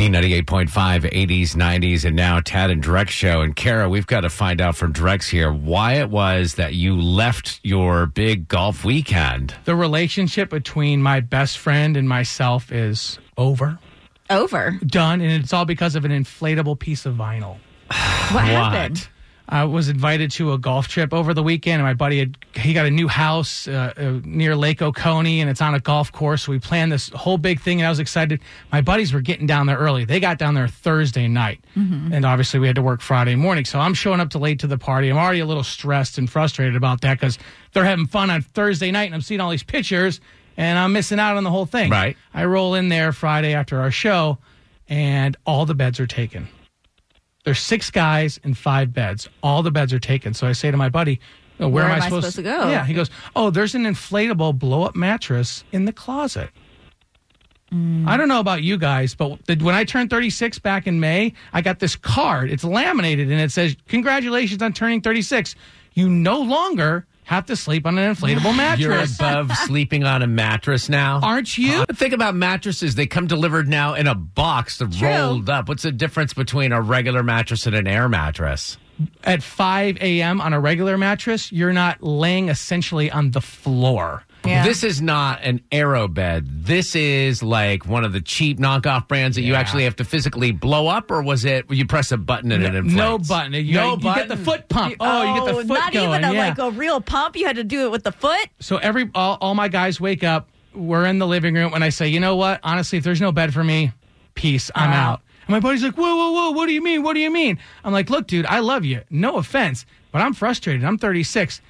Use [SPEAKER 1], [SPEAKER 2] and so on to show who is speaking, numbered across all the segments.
[SPEAKER 1] B98.5, 80s, 90s, and now Tad and Drex show. And Kara, we've got to find out from Drex here why it was that you left your big golf weekend.
[SPEAKER 2] The relationship between my best friend and myself is over,
[SPEAKER 3] Over.
[SPEAKER 2] done, and it's all because of an inflatable piece of vinyl.
[SPEAKER 3] What, happened?
[SPEAKER 2] I was invited to a golf trip over the weekend, and my buddy had he got a new house uh, uh, near Lake Oconee, and it's on a golf course. We planned this whole big thing, and I was excited. My buddies were getting down there early. They got down there Thursday night, and obviously we had to work Friday morning. So I'm showing up too late to the party. I'm already a little stressed and frustrated about that because they're having fun on Thursday night, and I'm seeing all these pictures, and I'm missing out on the whole thing.
[SPEAKER 1] Right.
[SPEAKER 2] I roll in there Friday after our show, and all the beds are taken. There's six guys and five beds. All the beds are taken. So I say to my buddy, "Oh, where, am I, supposed,
[SPEAKER 3] to go?"
[SPEAKER 2] Yeah. He goes, Oh, there's an inflatable blow up mattress in the closet. I don't know about you guys, but the, when I turned 36 back in May, I got this card. It's laminated and it says, Congratulations on turning 36. You no longer have to sleep on an inflatable
[SPEAKER 1] You're
[SPEAKER 2] mattress.
[SPEAKER 1] above sleeping on a mattress now?
[SPEAKER 2] Aren't you?
[SPEAKER 1] But think about mattresses. They come delivered now in a box they're rolled up. What's the difference between a regular mattress and an air mattress?
[SPEAKER 2] at 5 a.m. on a regular mattress, you're not laying essentially on the floor.
[SPEAKER 3] Yeah.
[SPEAKER 1] This is not an aero bed. This is like one of the cheap knockoff brands that you actually have to physically blow up, or was it you press a button and it inflates?
[SPEAKER 2] No button. You,
[SPEAKER 1] no
[SPEAKER 2] you
[SPEAKER 1] button.
[SPEAKER 2] get the foot pump. Oh, you get the foot
[SPEAKER 3] Not
[SPEAKER 2] going.
[SPEAKER 3] even a,
[SPEAKER 2] yeah.
[SPEAKER 3] like oh. a real pump. You had to do it with the foot.
[SPEAKER 2] so every all, all my guys wake up. We're in the living room, and I say, you know what? Honestly, if there's no bed for me, peace. I'm out. And my buddy's like, whoa, whoa, whoa. What do you mean? What do you mean? I'm like, look, dude, I love you. No offense, but I'm frustrated. I'm 36.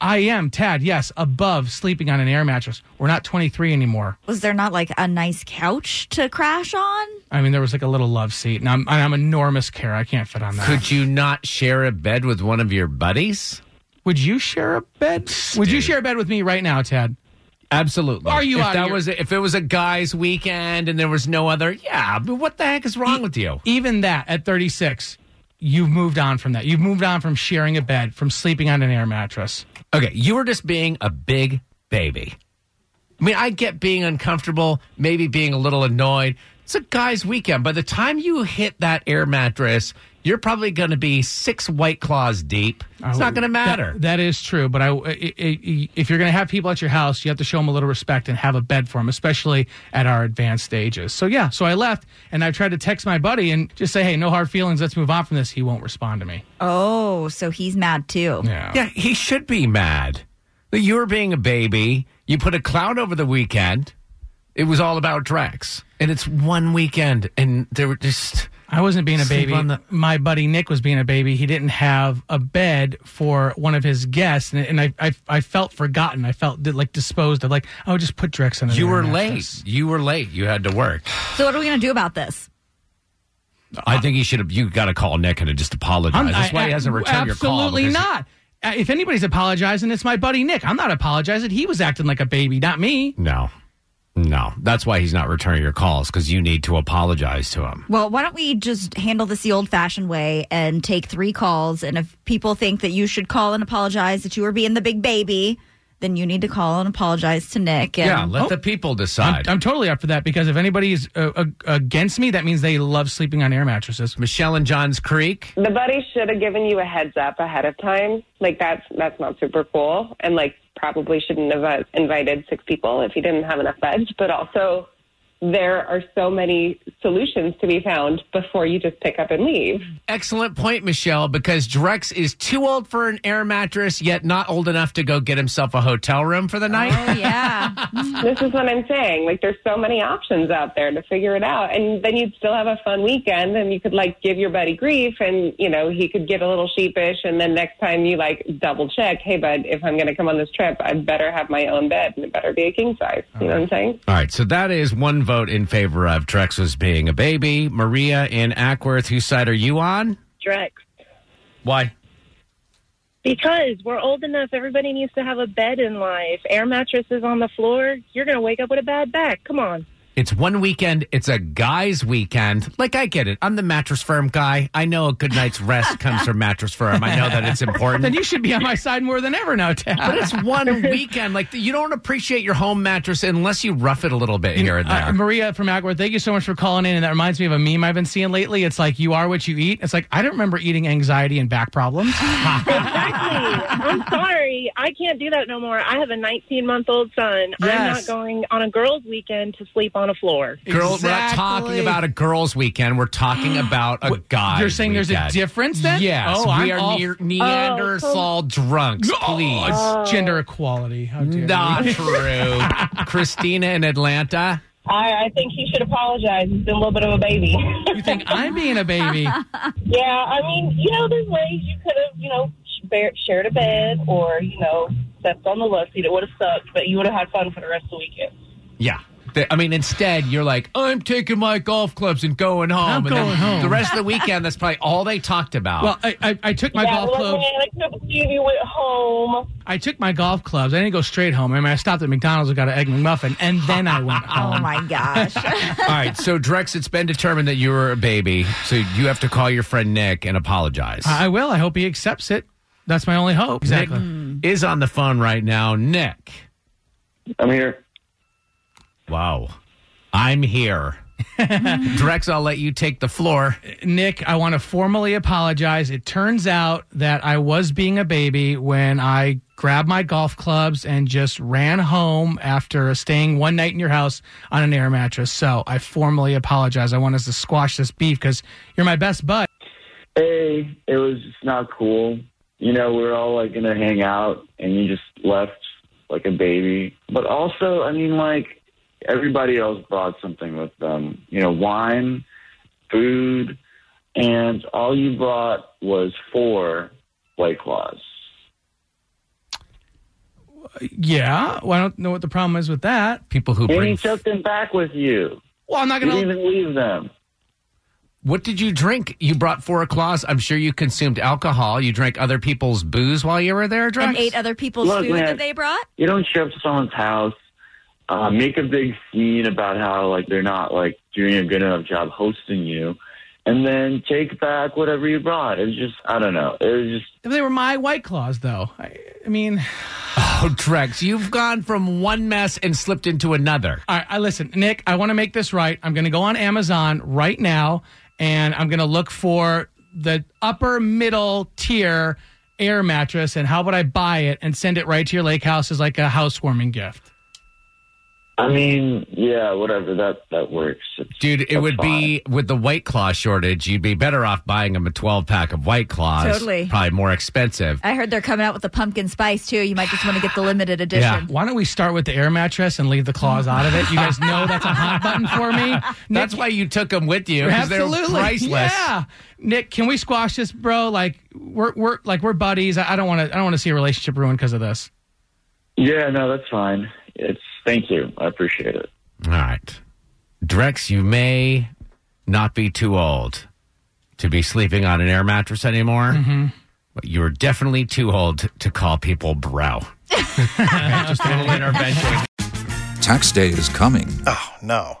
[SPEAKER 2] I am Tad. Yes, above sleeping on an air mattress. We're not 23 anymore.
[SPEAKER 3] Was there not like a nice couch to crash on?
[SPEAKER 2] I mean, there was like a little love seat, and I'm and I'm enormous care. I can't fit on that.
[SPEAKER 1] Could you not share a bed with one of your buddies?
[SPEAKER 2] would you share a bed? Would you
[SPEAKER 1] Dude.
[SPEAKER 2] share a bed with me right now, Ted?
[SPEAKER 1] Absolutely.
[SPEAKER 2] Are you
[SPEAKER 1] If
[SPEAKER 2] out of
[SPEAKER 1] that
[SPEAKER 2] your-
[SPEAKER 1] was if it was a guy's weekend and there was no other, yeah. But what the heck is wrong with you?
[SPEAKER 2] Even that at 36, you've moved on from that. You've moved on from sharing a bed, from sleeping on an air mattress.
[SPEAKER 1] Okay, you were just being a big baby. I mean, I get being uncomfortable, maybe being a little annoyed. It's a guy's weekend. By the time you hit that air mattress, you're probably going to be six white claws deep. It's not going to matter.
[SPEAKER 2] Oh, That- that is true, but I, i- i- if you're going to have people at your house, you have to show them a little respect and have a bed for them, especially at our advanced stages. So yeah, so I left and I tried to text my buddy and just say, hey, no hard feelings. Let's move on from this. He won't respond to me.
[SPEAKER 3] Oh, so he's mad too.
[SPEAKER 1] yeah, he should be mad. That you were being a baby. You put a cloud over the weekend. It was all about Drex, and it's one weekend, and they were just.
[SPEAKER 2] I wasn't being a
[SPEAKER 1] Sleep
[SPEAKER 2] baby.
[SPEAKER 1] on the-
[SPEAKER 2] My buddy Nick was being a baby. He didn't have a bed for one of his guests, and, and I, I I felt forgotten. I felt like disposed of. Like I would just put Drex in. an
[SPEAKER 1] You
[SPEAKER 2] air
[SPEAKER 1] were
[SPEAKER 2] mattress.
[SPEAKER 1] late. You were late. You had to work.
[SPEAKER 3] So what are we gonna do about this?
[SPEAKER 1] I think you should have. You got to call Nick and just apologize.
[SPEAKER 2] I'm-
[SPEAKER 1] That's why he
[SPEAKER 2] I-
[SPEAKER 1] hasn't returned your call.
[SPEAKER 2] Absolutely
[SPEAKER 1] because-
[SPEAKER 2] not. Uh, If anybody's apologizing, it's my buddy Nick. I'm not apologizing. He was acting like a baby, not me.
[SPEAKER 1] No, no. That's why he's not returning your calls because you need to apologize to him.
[SPEAKER 3] Well, why don't we just handle this the old-fashioned way and take three calls? And if people think that you should call and apologize that you were being the big baby, then you need to call and apologize to Nick. And
[SPEAKER 1] Yeah, let
[SPEAKER 2] Oh.
[SPEAKER 1] the people
[SPEAKER 2] I'm,
[SPEAKER 1] decide.
[SPEAKER 2] I'm totally up for that because if anybody's uh, uh, against me, that means they love sleeping on air mattresses.
[SPEAKER 1] Michelle and Johns Creek.
[SPEAKER 4] The buddy should have given you a heads up ahead of time. Like that's that's not super cool, and like probably shouldn't have uh, invited six people if you didn't have enough beds. But also, there are so many solutions to be found before you just pick up and leave.
[SPEAKER 1] Excellent point, Michelle, because Drex is too old for an air mattress, yet not old enough to go get himself a hotel room for the night.
[SPEAKER 3] Oh yeah.
[SPEAKER 4] this is what I'm saying. Like, there's so many options out there to figure it out, and then you'd still have a fun weekend, and you could like give your buddy grief, and you know he could get a little sheepish, and then next time you like double check, hey bud, if I'm going to come on this trip, I better have my own bed, and it better be a king size. You know what I'm saying?
[SPEAKER 1] All right, so that is one vote in favor of Trex was being a baby. Maria in Ackworth, whose side are you on?
[SPEAKER 5] Drex.
[SPEAKER 1] Why?
[SPEAKER 5] Because we're old enough, everybody needs to have a bed in life. Air mattresses on the floor, you're going to wake up with a bad back. Come on.
[SPEAKER 1] It's one weekend. It's a guy's weekend. Like, I get it. I'm the mattress firm guy. I know a good night's rest comes from mattress firm. I know that it's important.
[SPEAKER 2] Then you should be on my side more than ever now, Tad.
[SPEAKER 1] But it's one weekend. Like, you don't appreciate your home mattress unless you rough it a little bit here and there.
[SPEAKER 2] Uh, Maria from Agworth, thank you so much for calling in. And that reminds me of a meme I've been seeing lately. It's like, you are what you eat. It's like, I don't remember eating anxiety and back problems.
[SPEAKER 5] Exactly. I'm sorry. I can't do that no more. I have a 19 month old son. I'm
[SPEAKER 2] Yes.
[SPEAKER 5] not going on a girls' weekend to sleep on a floor.
[SPEAKER 1] Girl, we're not
[SPEAKER 2] Exactly.
[SPEAKER 1] talking about a girls' weekend. We're talking about a guy.
[SPEAKER 2] You're saying there's a difference then?
[SPEAKER 1] Yes,
[SPEAKER 2] Oh,
[SPEAKER 1] we
[SPEAKER 2] I'm
[SPEAKER 1] are
[SPEAKER 2] all-
[SPEAKER 1] near Neanderthal drunks.
[SPEAKER 2] Oh,
[SPEAKER 1] Please,
[SPEAKER 2] it's gender equality. How dare
[SPEAKER 1] not
[SPEAKER 2] you.
[SPEAKER 1] true. Christina in Atlanta.
[SPEAKER 5] I, I think he should apologize. He's been a little bit of a baby.
[SPEAKER 2] You think I'm being a baby?
[SPEAKER 5] yeah, I mean, you know, there's ways you could have, you know, sh- bear, shared a bed or, you know, stepped on the love seat. It would have sucked, but you would have had fun for the rest of the weekend.
[SPEAKER 1] Yeah. Th- I mean, instead, you're like, I'm taking my golf clubs and going home.
[SPEAKER 2] I'm
[SPEAKER 1] and then
[SPEAKER 2] going home.
[SPEAKER 1] The rest of the weekend, that's probably all they talked about.
[SPEAKER 2] Well, I, I, I took my
[SPEAKER 5] yeah,
[SPEAKER 2] golf
[SPEAKER 5] well,
[SPEAKER 2] clubs.
[SPEAKER 5] man, I couldn't believe you went home.
[SPEAKER 2] I took my golf clubs. I didn't go straight home. I mean, I stopped at McDonald's and got an egg McMuffin, and then I went home.
[SPEAKER 3] Oh my gosh.
[SPEAKER 1] all right. So, Drex, it's been determined that you were a baby. So, you have to call your friend Nick and apologize.
[SPEAKER 2] I I will. I hope he accepts it. That's my only hope. Exactly.
[SPEAKER 1] Nick is on the phone right now. Nick.
[SPEAKER 6] I'm here.
[SPEAKER 1] Wow. I'm here. Drex, I'll let you take the floor.
[SPEAKER 2] Nick, I want to formally apologize. It turns out that I was being a baby when I grabbed my golf clubs and just ran home after staying one night in your house on an air mattress. So I formally apologize. I want us to squash this beef because you're my best bud.
[SPEAKER 6] Hey, it was just not cool. You know, we were all like gonna hang out, and you just left like a baby. But also, I mean, like everybody else brought something with them. You know, wine, food, and all you brought was four white claws.
[SPEAKER 2] Yeah. Well, I don't know what the problem is with that.
[SPEAKER 1] People who
[SPEAKER 6] And you
[SPEAKER 1] bring.
[SPEAKER 6] took them back with you.
[SPEAKER 2] Well, I'm not
[SPEAKER 6] You
[SPEAKER 2] going
[SPEAKER 6] didn't
[SPEAKER 2] to.
[SPEAKER 6] even leave them.
[SPEAKER 1] What did you drink? You brought four claws. I'm sure you consumed alcohol. You drank other people's booze while you were there, Drex.
[SPEAKER 3] and ate other people's
[SPEAKER 6] Look,
[SPEAKER 3] food
[SPEAKER 6] man.
[SPEAKER 3] that they brought?
[SPEAKER 6] you don't show up to someone's house, uh, make a big scene about how like they're not like doing a good enough job hosting you, and then take back whatever you brought. It's just I don't know. It was just
[SPEAKER 2] They were my white claws, though. I, I mean,
[SPEAKER 1] Oh, Drex, you've gone from one mess and slipped into another.
[SPEAKER 2] All right, I listen, Nick. I want to make this right. I'm going to go on Amazon right now, and I'm going to look for the upper middle tier air mattress. And how about I buy it and send it right to your lake house as like a housewarming gift?
[SPEAKER 6] I mean yeah whatever that that works. It's-
[SPEAKER 1] Dude, it
[SPEAKER 6] that's
[SPEAKER 1] would be with the White Claw shortage, you'd be better off buying them a 12 pack of White Claws.
[SPEAKER 3] Totally.
[SPEAKER 1] Probably more expensive.
[SPEAKER 3] I heard they're coming out with the pumpkin spice too. You might just want to get the limited
[SPEAKER 1] Yeah.
[SPEAKER 3] edition.
[SPEAKER 2] Why don't we start with the air mattress and leave the claws out of it? You guys know that's a hot button for me.
[SPEAKER 1] That's why you took them with you because they're priceless.
[SPEAKER 2] Yeah, Nick, can we squash this, bro? Like we're we're like we're buddies. I I don't want to. I don't want to see a relationship ruined because of this.
[SPEAKER 6] Yeah, no, that's fine. It's thank you. I appreciate it.
[SPEAKER 1] All right. Drex, you may not be too old to be sleeping on an air mattress anymore, but you're definitely too old to call people bro. Just a little intervention.
[SPEAKER 7] Tax day is coming,
[SPEAKER 8] Oh, no.